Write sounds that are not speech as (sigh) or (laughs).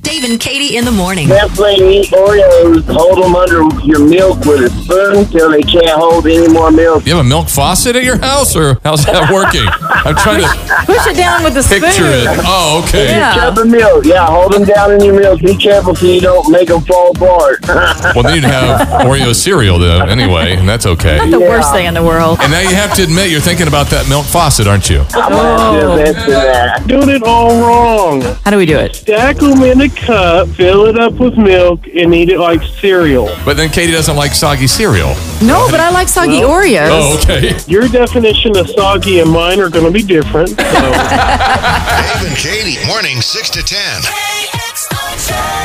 Dave and Katie in the morning. Definitely eat Oreos. Hold them under your milk with a spoon till they can't hold any more milk. You have a milk faucet at your house, or how's (laughs) that working? I'm trying to Push it down with a spoon. picture it. Oh, okay. Yeah. Cup of milk. Yeah, hold them down in your milk. Be careful so you don't make them fall apart. (laughs) Well, then you'd have Oreo cereal, though, anyway, and that's okay. Not the worst thing in the world. And now you have to admit you're thinking about that milk faucet, aren't you? I'm Oh. gonna invest in that. Doing it all wrong. How do we do it? Stack them in a cup, fill it up with milk, and eat it like cereal. But then Katie doesn't like soggy cereal. No, but I like soggy Oreos. Oh, okay. Your definition of soggy and mine are going to be different. So. Dave and Katie, morning 6 to 10. KXLJ.